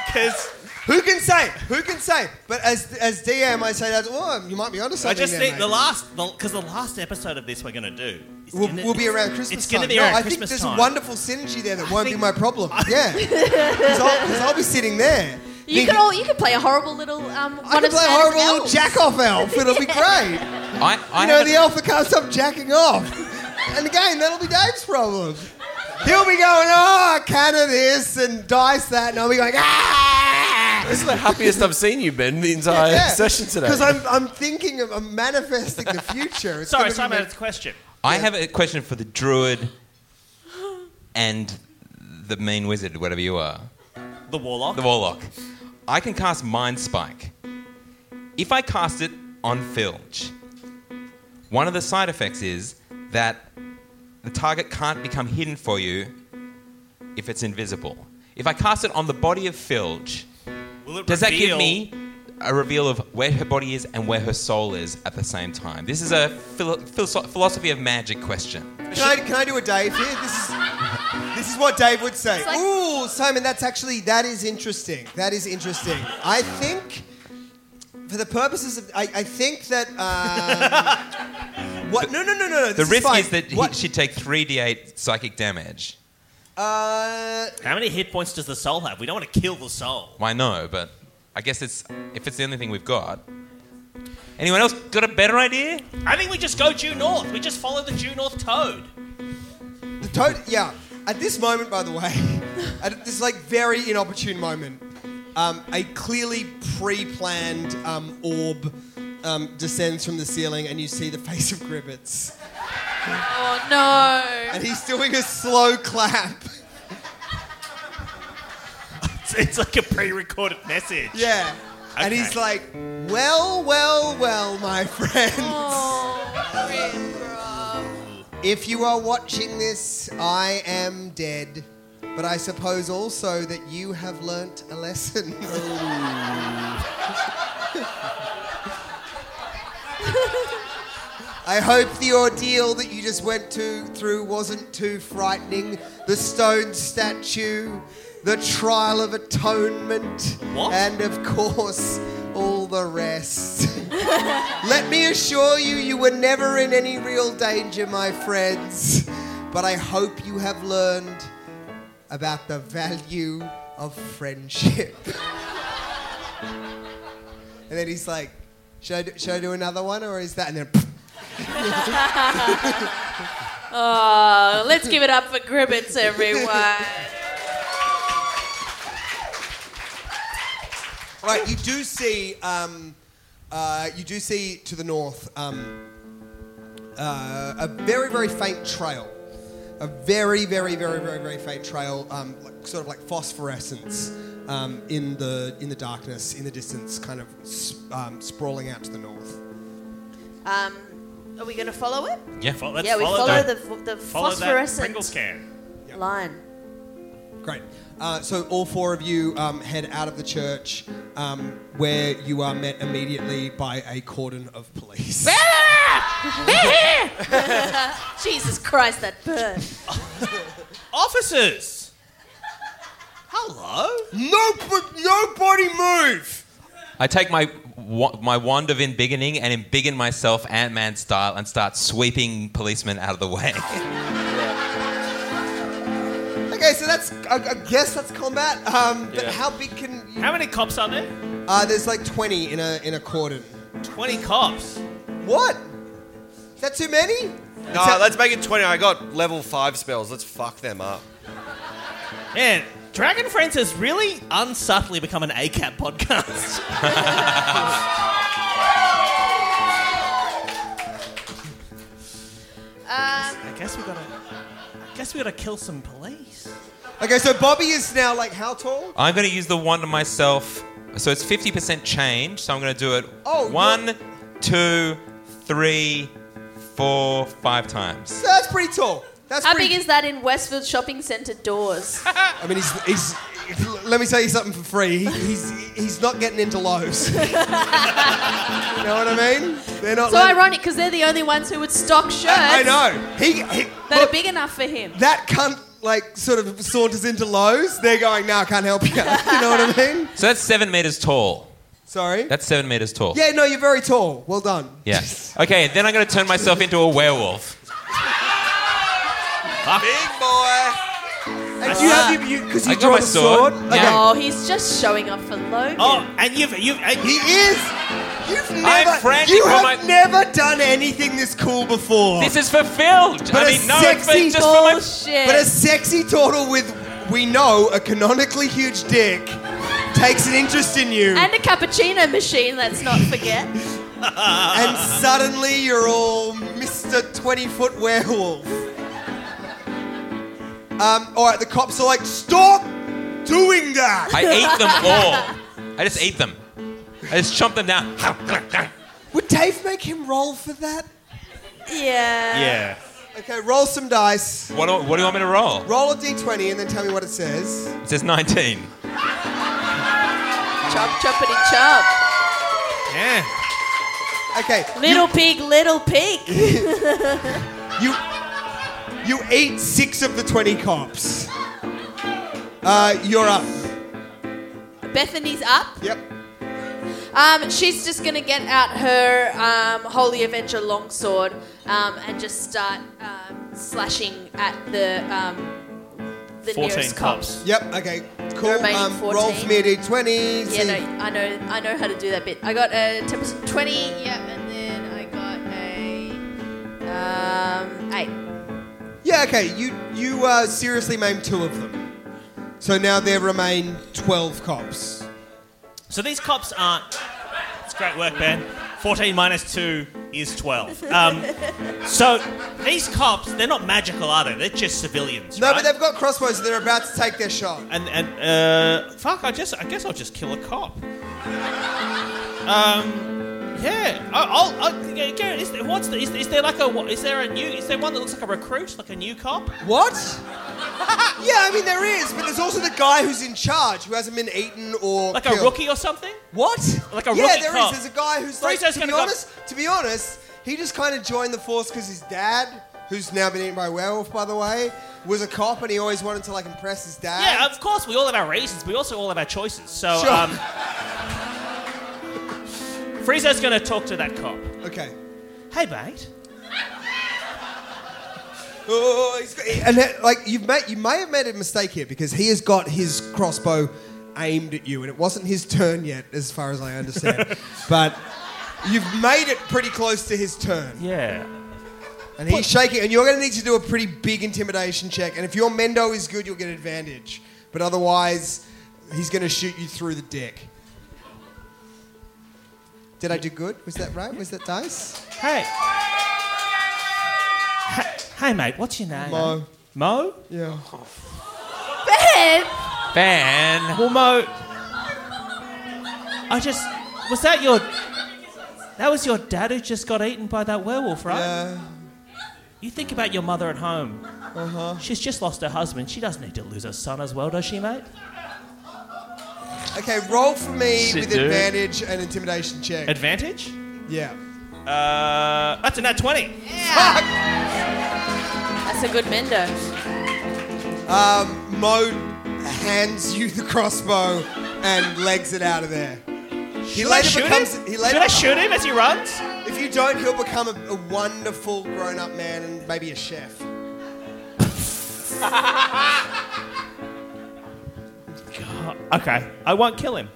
[SPEAKER 1] Because
[SPEAKER 2] Who can say? Who can say? But as as DM, I say that. Oh, you might be onto
[SPEAKER 1] I
[SPEAKER 2] something.
[SPEAKER 1] just
[SPEAKER 2] there,
[SPEAKER 1] think
[SPEAKER 2] mate.
[SPEAKER 1] the last, because the, last episode of this we're going to do. is
[SPEAKER 2] We'll,
[SPEAKER 1] gonna-
[SPEAKER 2] we'll be
[SPEAKER 1] it's-
[SPEAKER 2] around Christmas
[SPEAKER 1] It's going to
[SPEAKER 2] time.
[SPEAKER 1] be
[SPEAKER 2] no,
[SPEAKER 1] around
[SPEAKER 2] I think
[SPEAKER 1] Christmas
[SPEAKER 2] there's
[SPEAKER 1] time.
[SPEAKER 2] wonderful synergy there that won't
[SPEAKER 1] think-
[SPEAKER 2] be my problem. yeah, because I'll, 'cause I'll be sitting there.
[SPEAKER 4] You
[SPEAKER 2] thinking,
[SPEAKER 4] could all you could play a horrible little um.
[SPEAKER 2] I can play a horrible little jack off elf. It'll be great.
[SPEAKER 3] I, I
[SPEAKER 2] You know,
[SPEAKER 3] haven't-
[SPEAKER 2] the elf that can't stop jacking off. and again, that'll be Dave's problem. He'll be going, oh, canna this and dice that, and I'll be going, ah!
[SPEAKER 5] This is the happiest I've seen you, Ben, the entire session today.
[SPEAKER 2] Because I'm, I'm thinking, of, I'm manifesting the future. It's
[SPEAKER 1] Sorry,
[SPEAKER 2] gonna be
[SPEAKER 1] Simon,
[SPEAKER 2] ma-
[SPEAKER 1] it's a question.
[SPEAKER 3] I have a question for the druid and the mean wizard, whatever you are,
[SPEAKER 1] The Warlock.
[SPEAKER 3] the warlock. I can cast Mind Spike. If I cast it on Filch, one of the side effects is that the target can't become hidden for you if it's invisible. If I cast it on the body of Filch,
[SPEAKER 1] Will it
[SPEAKER 3] does that give
[SPEAKER 1] reveal-
[SPEAKER 3] me a reveal of where her body is and where her soul is at the same time? This is a philo- philosoph- philosophy of magic question.
[SPEAKER 2] Can I, can I do a Dave here? This is, this is what Dave would say.
[SPEAKER 4] like-
[SPEAKER 2] Ooh, Simon, that's actually, that is interesting. That is interesting. I think, for the purposes of, I, I think that, um, what, no, no, no, no, no.
[SPEAKER 3] The
[SPEAKER 2] this
[SPEAKER 3] risk
[SPEAKER 2] fine.
[SPEAKER 3] is that he,
[SPEAKER 2] What-
[SPEAKER 3] she'd take 3d8 psychic damage.
[SPEAKER 2] Uh,
[SPEAKER 1] How many hit points does the soul have? We don't want to kill the soul.
[SPEAKER 3] Why no? But I guess it's if it's the only thing we've got. Anyone else got a better idea?
[SPEAKER 1] I think we just go due north. We just follow the due north toad.
[SPEAKER 2] the toad. Yeah. At this moment, by the way, at this like very inopportune moment, um, a clearly pre-planned um, orb um, descends from the ceiling, and you see the face of Gribbets,
[SPEAKER 4] Oh no!
[SPEAKER 2] and he's doing a slow clap.
[SPEAKER 1] It's, it's like a pre-recorded message.
[SPEAKER 2] Yeah. And
[SPEAKER 1] Okay.
[SPEAKER 2] he's like, well, well, well, my friends. If you are watching this, I am dead. But I suppose also that you have learnt a lesson. I hope the ordeal that you just went to through wasn't too frightening. The stone statue, the trial of atonement,
[SPEAKER 1] What?
[SPEAKER 2] and of course, all the rest. Let me assure you, you were never in any real danger, my friends. But I hope you have learned about the value of friendship. and then he's like, should I, do, should I do another one or is that? And then.
[SPEAKER 4] Oh, let's give it up for Gribbets, everyone.
[SPEAKER 2] Right, you do see, um, uh, you do see to the north um, uh, a very, very faint trail, a very, very, very, very, very faint trail, um, like, sort of like phosphorescence um, in the in the darkness, in the distance, kind of s- um, sprawling out to the north.
[SPEAKER 4] um, are we going to follow it?
[SPEAKER 3] Yeah.
[SPEAKER 1] Fo- let's
[SPEAKER 4] yeah, we follow,
[SPEAKER 1] that-
[SPEAKER 4] the f- the
[SPEAKER 1] follow that Pringles
[SPEAKER 4] phosphorescent
[SPEAKER 1] can.
[SPEAKER 4] line.
[SPEAKER 2] Great. Uh, so all four of you um, head out of the church, um, where you are met immediately by a cordon of police.
[SPEAKER 4] Jesus Christ, that bird!
[SPEAKER 1] Officers. Hello.
[SPEAKER 2] Nobody, nobody move.
[SPEAKER 3] I take my wa- my wand of embiggening and embiggen myself Ant Man style and start sweeping policemen out of the way.
[SPEAKER 2] Okay, so that's I, I guess that's combat. Um, but
[SPEAKER 1] Yeah.
[SPEAKER 2] how big can you,
[SPEAKER 1] How many cops are there?
[SPEAKER 2] uh, there's like twenty in a in a cordon.
[SPEAKER 1] Twenty cops.
[SPEAKER 2] What? Is that too many?
[SPEAKER 5] no, let's make it 20. I got level 5 spells. Let's fuck them up.
[SPEAKER 1] Man, Dragon Friends has really unsubtly become an ACAP podcast.
[SPEAKER 8] guess we gotta. Guess we gotta kill some police.
[SPEAKER 2] Okay, so Bobby is now like how tall?
[SPEAKER 3] I'm going to use the one to myself. So it's 50% change. So I'm going to do it
[SPEAKER 2] Oh,
[SPEAKER 3] one, two, three, four, five times.
[SPEAKER 2] So that's pretty tall. That's
[SPEAKER 4] How
[SPEAKER 2] pretty
[SPEAKER 4] big is that in Westfield Shopping Centre doors?
[SPEAKER 2] I mean, he's, he's. Let me tell you something for free. He, he's he's not getting into Lowe's. you know what I mean? They're not.
[SPEAKER 4] so
[SPEAKER 2] let-
[SPEAKER 4] ironic because they're the only ones who would stock shirts
[SPEAKER 2] I, I know. He, he
[SPEAKER 4] that
[SPEAKER 2] look,
[SPEAKER 4] are big enough for him.
[SPEAKER 2] that cunt like sort of saunters into Lowe's. They're going, "No, I can't help you." you know what I mean?
[SPEAKER 3] So that's seven meters tall.
[SPEAKER 2] Sorry.
[SPEAKER 3] That's seven meters tall.
[SPEAKER 2] yeah, no, you're very tall. Well done.
[SPEAKER 3] Yeah. Okay, then I'm going to turn myself into a werewolf.
[SPEAKER 5] Ah. Big boy.
[SPEAKER 2] And do you have your because you,
[SPEAKER 3] I got
[SPEAKER 2] draw
[SPEAKER 3] my
[SPEAKER 2] the
[SPEAKER 3] sword.
[SPEAKER 2] sword.
[SPEAKER 3] Yeah.
[SPEAKER 4] Oh, he's just showing off for Logan.
[SPEAKER 1] Oh, and you've you've and
[SPEAKER 2] He is. You've
[SPEAKER 3] I'm
[SPEAKER 2] never.
[SPEAKER 3] frantic
[SPEAKER 2] you
[SPEAKER 3] for
[SPEAKER 2] have
[SPEAKER 3] my-
[SPEAKER 2] never done anything this cool before.
[SPEAKER 3] This is fulfilled.
[SPEAKER 2] But
[SPEAKER 3] I
[SPEAKER 2] a
[SPEAKER 3] mean, no, it's
[SPEAKER 2] sexy
[SPEAKER 3] for- just for my.
[SPEAKER 4] Bullshit.
[SPEAKER 2] But a sexy turtle with, we know, a canonically huge dick takes an interest in you, and,
[SPEAKER 4] and a cappuccino machine, let's not forget.
[SPEAKER 2] suddenly you're all Mr. 20 foot werewolf. Um, all right, the cops are like, stop doing that.
[SPEAKER 3] I ate them all. I just ate them. I just chomped them down.
[SPEAKER 2] Would Dave make him roll for that?
[SPEAKER 4] yeah.
[SPEAKER 8] Yeah.
[SPEAKER 2] Okay, roll some dice.
[SPEAKER 3] What do, what do you want me to roll?
[SPEAKER 2] Roll a d20 and then tell me what it says.
[SPEAKER 3] It says 19.
[SPEAKER 4] Chop, choppity chop.
[SPEAKER 8] Yeah.
[SPEAKER 2] Okay,
[SPEAKER 4] Little pig, little pig.
[SPEAKER 2] You you ate six of the twenty cops. Uh, you're up.
[SPEAKER 4] Bethany's up.
[SPEAKER 2] Yep.
[SPEAKER 4] Um, she's just gonna get out her um, Holy Avenger longsword um, and just start um, slashing at the um, the
[SPEAKER 8] 14
[SPEAKER 4] nearest
[SPEAKER 8] cops.
[SPEAKER 4] cops.
[SPEAKER 2] Yep. Okay. Cool.
[SPEAKER 4] remaining
[SPEAKER 2] Um, roll
[SPEAKER 4] 14.
[SPEAKER 2] for me a d20.
[SPEAKER 4] Yeah,
[SPEAKER 2] see-
[SPEAKER 4] no, I know, I know how to do that bit. I got a 10%, 20, yep, and then I got a um, eight.
[SPEAKER 2] Yeah, Okay. You you uh, seriously maimed two of them. So now there remain twelve cops.
[SPEAKER 1] so these cops aren't. It's great work, Ben. Fourteen minus two is twelve. Um, so these cops, they're not magical, are they? They're just civilians.
[SPEAKER 2] No,
[SPEAKER 1] right?
[SPEAKER 2] but they've got crossbows. So they're about to take their shot.
[SPEAKER 1] And and uh, fuck, I just I guess I'll just kill a cop. Um, yeah. I, I'll, I'll yeah, Garrett, is there, what's the, is, is there like a what- is there a new is there one that looks like a recruit, like a new cop?
[SPEAKER 2] What? yeah, I mean there is, but there's also the guy who's in charge who hasn't been eaten or
[SPEAKER 1] Like
[SPEAKER 2] killed.
[SPEAKER 1] a rookie or something?
[SPEAKER 2] What?
[SPEAKER 1] Like a
[SPEAKER 2] yeah,
[SPEAKER 1] rookie
[SPEAKER 2] there is.
[SPEAKER 1] cop.
[SPEAKER 2] There's a guy who's like.
[SPEAKER 1] Friezo's
[SPEAKER 2] To
[SPEAKER 1] gonna
[SPEAKER 2] be
[SPEAKER 1] go-
[SPEAKER 2] honest, to be honest, he just kind of joined the force because his dad, who's now been eaten by a werewolf, by the way, was a cop, and he always wanted to like impress his dad.
[SPEAKER 1] Yeah, of course. We all have our reasons. We also all have our choices. So,
[SPEAKER 2] Sure.
[SPEAKER 1] um, Frieza's going to talk to that cop.
[SPEAKER 2] okay.
[SPEAKER 1] Hey, mate.
[SPEAKER 2] Oh, he's got, and that, like you've made, you may have made a mistake here because he has got his crossbow aimed at you, and it wasn't his turn yet, as far as I understand. but you've made it pretty close to his turn.
[SPEAKER 1] Yeah.
[SPEAKER 2] And he's shaking, and you're going to need to do a pretty big intimidation check. And if your Mendo is good, you'll get advantage. But otherwise, he's going to shoot you through the dick. Did I do good? Was that right? Was that dice?
[SPEAKER 1] Hey. Hey- Hey, mate. What's your name?
[SPEAKER 2] Mo.
[SPEAKER 1] Mo?
[SPEAKER 2] Yeah.
[SPEAKER 4] Ben!
[SPEAKER 3] Ban.
[SPEAKER 1] Well, Mo. I just. Was that your. That was your dad who just got eaten by that werewolf, right?
[SPEAKER 2] Uh,
[SPEAKER 1] You think about your mother at home. Uh-huh. She's just lost her husband. She doesn't need to lose her son as well, does she, mate?
[SPEAKER 2] okay, roll for me
[SPEAKER 8] Shit,
[SPEAKER 2] with
[SPEAKER 8] dude.
[SPEAKER 2] advantage and intimidation check.
[SPEAKER 1] Advantage?
[SPEAKER 2] yeah.
[SPEAKER 1] Uh, that's a nat 20.
[SPEAKER 4] That's a good Mendo.
[SPEAKER 2] Mo hands you the crossbow and legs it out of there. He
[SPEAKER 1] Should I
[SPEAKER 2] later
[SPEAKER 1] shoot
[SPEAKER 2] becomes.
[SPEAKER 1] him?
[SPEAKER 2] He later
[SPEAKER 1] Should I shoot him as he runs?
[SPEAKER 2] If you don't, he'll become a, a wonderful grown-up man and maybe a chef.
[SPEAKER 1] Okay, I won't kill him.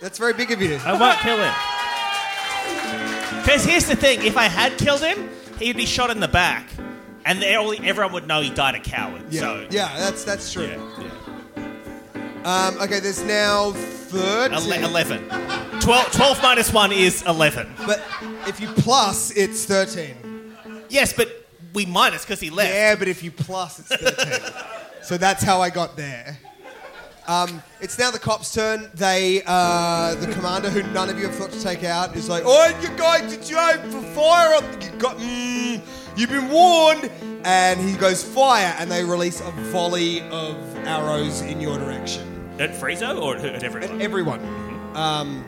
[SPEAKER 2] That's very big of you.
[SPEAKER 1] I won't kill him. Because here's the thing: if I had killed him, he'd be shot in the back, and they all, everyone would know he died a coward.
[SPEAKER 2] Yeah,
[SPEAKER 1] So
[SPEAKER 2] yeah, that's that's true.
[SPEAKER 1] yeah, yeah.
[SPEAKER 2] Um, okay, there's now third.
[SPEAKER 1] Ele- eleven. 12, 12 minus one is eleven.
[SPEAKER 2] But if you plus, it's thirteen.
[SPEAKER 1] Yes, but we minus because he left.
[SPEAKER 2] Yeah, but if you plus, it's 13. so that's how I got there. Um, it's now the cops' turn. They, uh, the commander, who none of you have thought to take out, is like, "Oh, you're going to jail for fire! up- You got, mm, you've been warned." And he goes fire, and they release a volley of arrows in your direction.
[SPEAKER 9] At Friezo or at everyone?
[SPEAKER 2] Everyone. Um,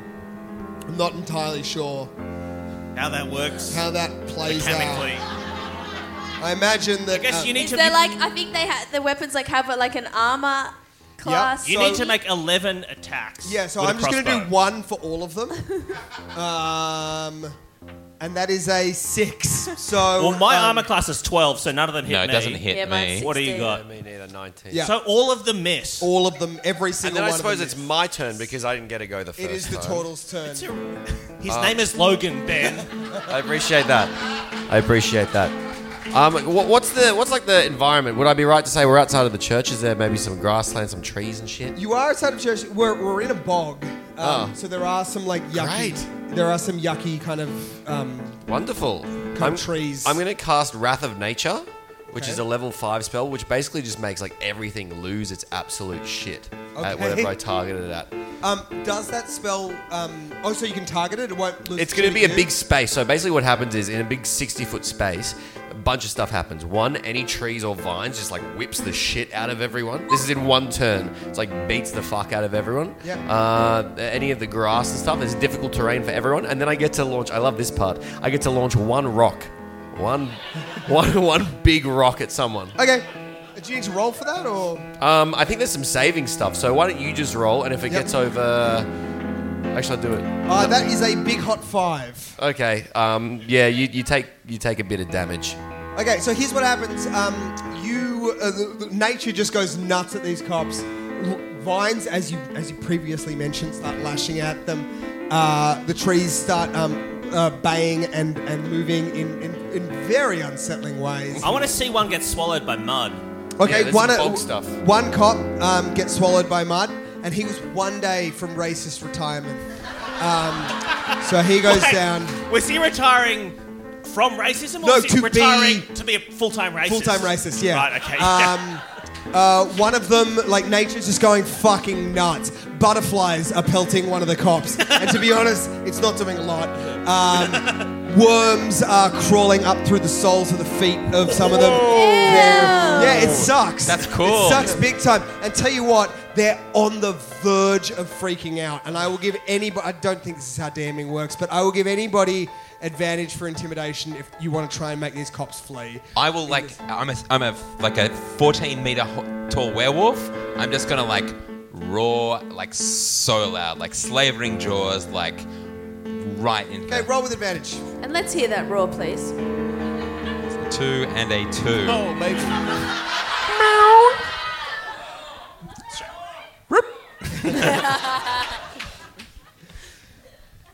[SPEAKER 2] I'm not entirely sure
[SPEAKER 1] How that works.
[SPEAKER 2] how that plays
[SPEAKER 9] Chemically.
[SPEAKER 2] out. I imagine that.
[SPEAKER 9] I guess
[SPEAKER 2] uh,
[SPEAKER 9] you need
[SPEAKER 4] Is
[SPEAKER 9] to.
[SPEAKER 4] there like I think they ha- the weapons like have a, like an armor class?
[SPEAKER 9] you
[SPEAKER 2] so-
[SPEAKER 9] need to make 11 attacks.
[SPEAKER 2] Yeah, so
[SPEAKER 9] with a
[SPEAKER 2] I'm just going to
[SPEAKER 9] crossbow.
[SPEAKER 2] do one for all of them. um, and that is a six. So.
[SPEAKER 9] Well, my
[SPEAKER 2] um,
[SPEAKER 9] armor class is 12, so none of them hit
[SPEAKER 3] No,
[SPEAKER 9] me.
[SPEAKER 3] it doesn't hit
[SPEAKER 4] Yeah, mine's
[SPEAKER 3] me.
[SPEAKER 4] six.
[SPEAKER 9] What do you got?
[SPEAKER 5] Me neither, 19.
[SPEAKER 2] Yeah.
[SPEAKER 9] So all of them miss.
[SPEAKER 2] All of them, every
[SPEAKER 5] And
[SPEAKER 2] single
[SPEAKER 5] then I
[SPEAKER 2] one
[SPEAKER 5] suppose
[SPEAKER 2] of
[SPEAKER 5] it's
[SPEAKER 2] them.
[SPEAKER 5] my turn because I didn't get to go the first
[SPEAKER 2] It is the
[SPEAKER 5] time.
[SPEAKER 2] total's turn.
[SPEAKER 9] His name is Logan, Ben.
[SPEAKER 5] I appreciate that. I appreciate that. Um, wh- what's the what's like the environment? Would I be right to say we're outside of the church? Is there maybe some grassland, some trees and shit?
[SPEAKER 2] You are outside of church. We're, we're in a bog. Um, So there are some like yucky.
[SPEAKER 5] Great.
[SPEAKER 2] There are some yucky kind of. Um,
[SPEAKER 5] Wonderful.
[SPEAKER 2] Cut trees.
[SPEAKER 5] I'm gonna cast Wrath of Nature, which
[SPEAKER 2] Okay.
[SPEAKER 5] is a level five spell, which basically just makes like everything lose its absolute shit at
[SPEAKER 2] Okay.
[SPEAKER 5] whatever I target it at.
[SPEAKER 2] um, does that spell? Um, oh, so you can target it. It won't. Lose
[SPEAKER 5] It's
[SPEAKER 2] its
[SPEAKER 5] going to
[SPEAKER 2] shit
[SPEAKER 5] be a
[SPEAKER 2] again?
[SPEAKER 5] big space. So basically, what happens is in a big 60 foot space, a bunch of stuff happens. One, any trees or vines just like whips the shit out of everyone. This is in one turn. It's like beats the fuck out of everyone.
[SPEAKER 2] Yeah.
[SPEAKER 5] Uh, any of the grass and stuff. There's difficult terrain for everyone. And then I get to launch. I love this part. I get to launch one rock, one, one, one big rock at someone.
[SPEAKER 2] Okay. Do you need to roll for that, or
[SPEAKER 5] Um, I think there's some saving stuff. So why don't you just roll? And if it
[SPEAKER 2] Yep.
[SPEAKER 5] gets over, actually, I'll do it.
[SPEAKER 2] uh, that is a big hot five.
[SPEAKER 5] Okay. Um, yeah, you, you take you take a bit of damage.
[SPEAKER 2] Okay, so here's what happens. Um, you, uh, the, the- nature just goes nuts at these cops. L- Vines, as you as you previously mentioned, start lashing at them. Uh, the trees start um, uh, baying and, and moving in, in, in very unsettling ways.
[SPEAKER 1] I want to see one get swallowed by mud.
[SPEAKER 5] Yeah,
[SPEAKER 2] Okay,
[SPEAKER 5] there's
[SPEAKER 2] one
[SPEAKER 5] some
[SPEAKER 2] uh,
[SPEAKER 5] bog stuff.
[SPEAKER 2] one cop um, gets swallowed by mud, and he was one day from racist retirement. Um, so he goes
[SPEAKER 1] Wait,
[SPEAKER 2] down.
[SPEAKER 1] Was he retiring from racism or
[SPEAKER 2] No,
[SPEAKER 1] was he
[SPEAKER 2] to be-
[SPEAKER 1] retiring to be a full time racist?
[SPEAKER 2] Full-time racist, yeah.
[SPEAKER 1] Right, okay.
[SPEAKER 2] Um, uh, one of them, like, nature's just going fucking nuts. Butterflies are pelting one of the cops. and to be honest, it's not doing a lot. Um, worms are crawling up through the soles of the feet of some of them. They're- Yeah, it sucks.
[SPEAKER 3] That's cool.
[SPEAKER 2] It sucks big time. And tell you what, they're on the verge of freaking out. And I will give anybody, I don't think this is how damning works, but I will give anybody advantage for intimidation if you want to try and make these cops flee.
[SPEAKER 3] I will like I'm a I'm a like a 14 meter ho- tall werewolf. I'm just gonna like roar like so loud, like slavering jaws, like right in
[SPEAKER 2] Okay, roll with advantage.
[SPEAKER 4] And let's hear that roar, please.
[SPEAKER 3] two and a two.
[SPEAKER 5] Oh, maybe.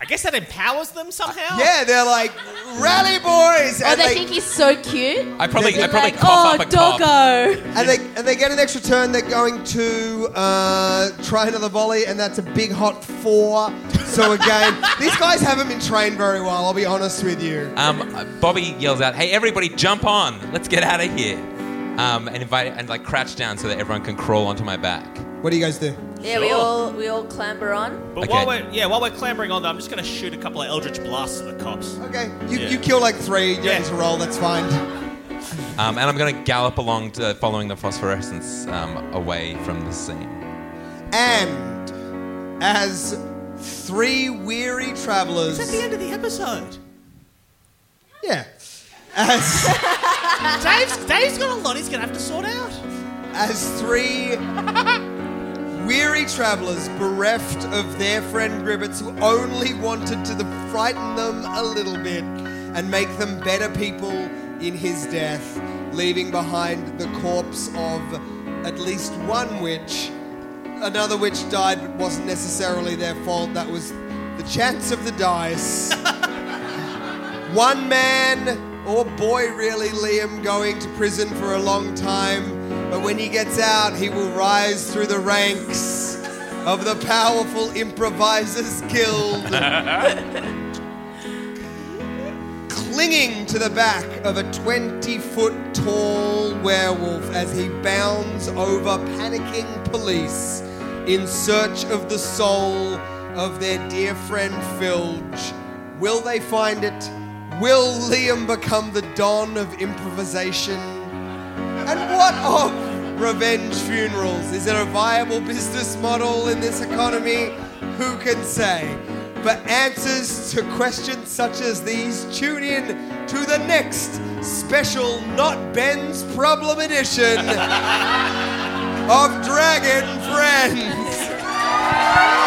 [SPEAKER 1] I guess that empowers them somehow.
[SPEAKER 2] Yeah, they're like rally boys,
[SPEAKER 4] Oh,
[SPEAKER 2] and
[SPEAKER 4] they
[SPEAKER 2] they,
[SPEAKER 4] think he's so cute.
[SPEAKER 3] I probably I
[SPEAKER 4] They're
[SPEAKER 3] probably
[SPEAKER 4] like,
[SPEAKER 3] cough
[SPEAKER 4] oh,
[SPEAKER 3] up a cough.
[SPEAKER 4] doggo.
[SPEAKER 2] and they and they get an extra turn. They're going to uh, try another volley, and that's a big hot four. So again, these guys haven't been trained very well. I'll be honest with you.
[SPEAKER 3] Um, Bobby yells out, "Hey, everybody, jump on! Let's get out of here!" Um, and invite and like crouch down so that everyone can crawl onto my back.
[SPEAKER 2] What do you guys do?
[SPEAKER 4] Yeah, we
[SPEAKER 1] Sure.
[SPEAKER 4] all we all clamber on.
[SPEAKER 1] But
[SPEAKER 3] Okay.
[SPEAKER 1] while we're yeah, while we're clambering on, though, I'm just gonna shoot a couple of eldritch blasts at the cops.
[SPEAKER 2] Okay, you,
[SPEAKER 1] Yeah.
[SPEAKER 2] you kill like three. You
[SPEAKER 1] Yeah.
[SPEAKER 2] yeah. need to roll. That's fine.
[SPEAKER 3] Um, and I'm gonna gallop along, to, following the phosphorescence um, away from the scene.
[SPEAKER 2] And as three weary travelers,
[SPEAKER 1] It's at the end of the episode.
[SPEAKER 2] yeah, as.
[SPEAKER 1] Dave's Dave's got a lot he's gonna have to sort out.
[SPEAKER 2] as three weary travelers bereft of their friend Gribbets who only wanted to the, frighten them a little bit and make them better people in his death, leaving behind the corpse of at least one witch. Another witch died, but wasn't necessarily their fault. That was the chance of the dice. One man or boy, really, Liam, going to prison for a long time. But when he gets out, he will rise through the ranks of the powerful Improvisers Guild. clinging to the back of a 20 foot tall werewolf as he bounds over panicking police in search of the soul of their dear friend Filge. Will they find it? Will Liam become the Don of improvisation? And what of revenge funerals? Is it a viable business model in this economy? Who can say? But answers to questions such as these tune in to the next special Not Ben's Problem edition of Dragon Friends.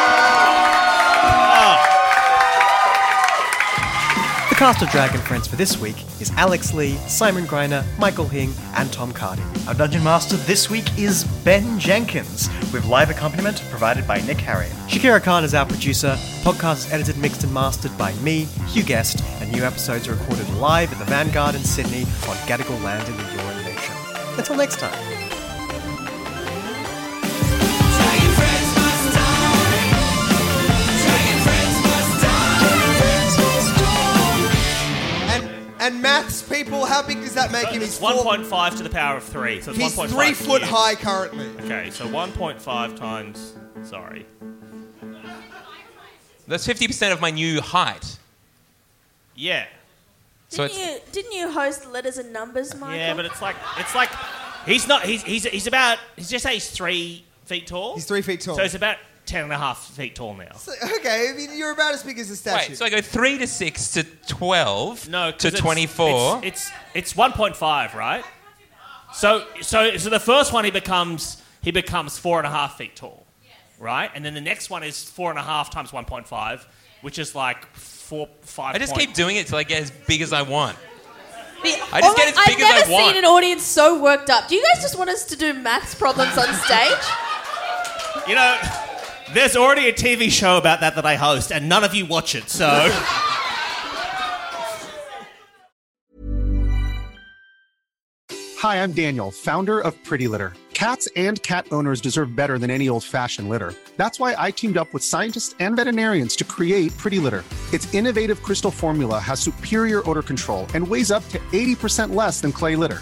[SPEAKER 10] The cast of Dragon Friends for this week is Alex Lee, Simon Greiner, Michael Hing, and Tom Cardy.
[SPEAKER 11] Our dungeon master this week is Ben Jenkins, with live accompaniment provided by Nick Harry.
[SPEAKER 10] Shakira Khan is our producer. Podcast is edited, mixed, and mastered by me, Hugh Guest, and new episodes are recorded live at the Vanguard in Sydney on Gadigal land in the Yoran Nation. Until next time.
[SPEAKER 2] And, and maths people, how big does that make him?
[SPEAKER 1] It's
[SPEAKER 2] He's four-
[SPEAKER 1] 1.5 to the power of 3. So it's
[SPEAKER 2] He's
[SPEAKER 1] 1.5
[SPEAKER 2] three
[SPEAKER 1] to
[SPEAKER 2] foot
[SPEAKER 1] you.
[SPEAKER 2] high currently.
[SPEAKER 1] Okay, so 1.5 times. Sorry.
[SPEAKER 3] That's 50% of my new height.
[SPEAKER 1] Yeah.
[SPEAKER 3] So
[SPEAKER 4] Didn't
[SPEAKER 3] it's,
[SPEAKER 4] you didn't you host letters and numbers, Michael?
[SPEAKER 1] Yeah, but it's like. It's like. He's not. He's, he's, he's about. He's just say he's 3 feet tall.
[SPEAKER 2] He's three feet tall.
[SPEAKER 1] So he's about 10 and a half feet tall now.
[SPEAKER 2] So- okay, I mean, you're about as big as a statue.
[SPEAKER 3] wait, so I go 3 to 6 to 12
[SPEAKER 1] No, 'cause
[SPEAKER 3] to
[SPEAKER 1] it's-
[SPEAKER 3] 24.
[SPEAKER 1] It's it's, it's 1.5, right? So so so the first one he becomes he becomes four and a half feet tall, right? And then the next one is four and a half times 1.5, which is like four five.
[SPEAKER 3] I just
[SPEAKER 1] point-
[SPEAKER 3] keep doing it till I get as big as I want.
[SPEAKER 4] I
[SPEAKER 3] I just get as big as I
[SPEAKER 4] I've never
[SPEAKER 3] want.
[SPEAKER 4] seen an audience so worked up. Do you guys just want us to do maths problems on stage?
[SPEAKER 1] You know, there's already a TV show about that that I host, and none of you watch it. So
[SPEAKER 12] Hi, I'm Daniel, founder of Pretty Litter. Cats and cat owners deserve better than any old fashioned litter. That's why I teamed up with scientists and veterinarians to create Pretty Litter. Its innovative crystal formula has superior odor control and weighs up to 80% less than clay litter.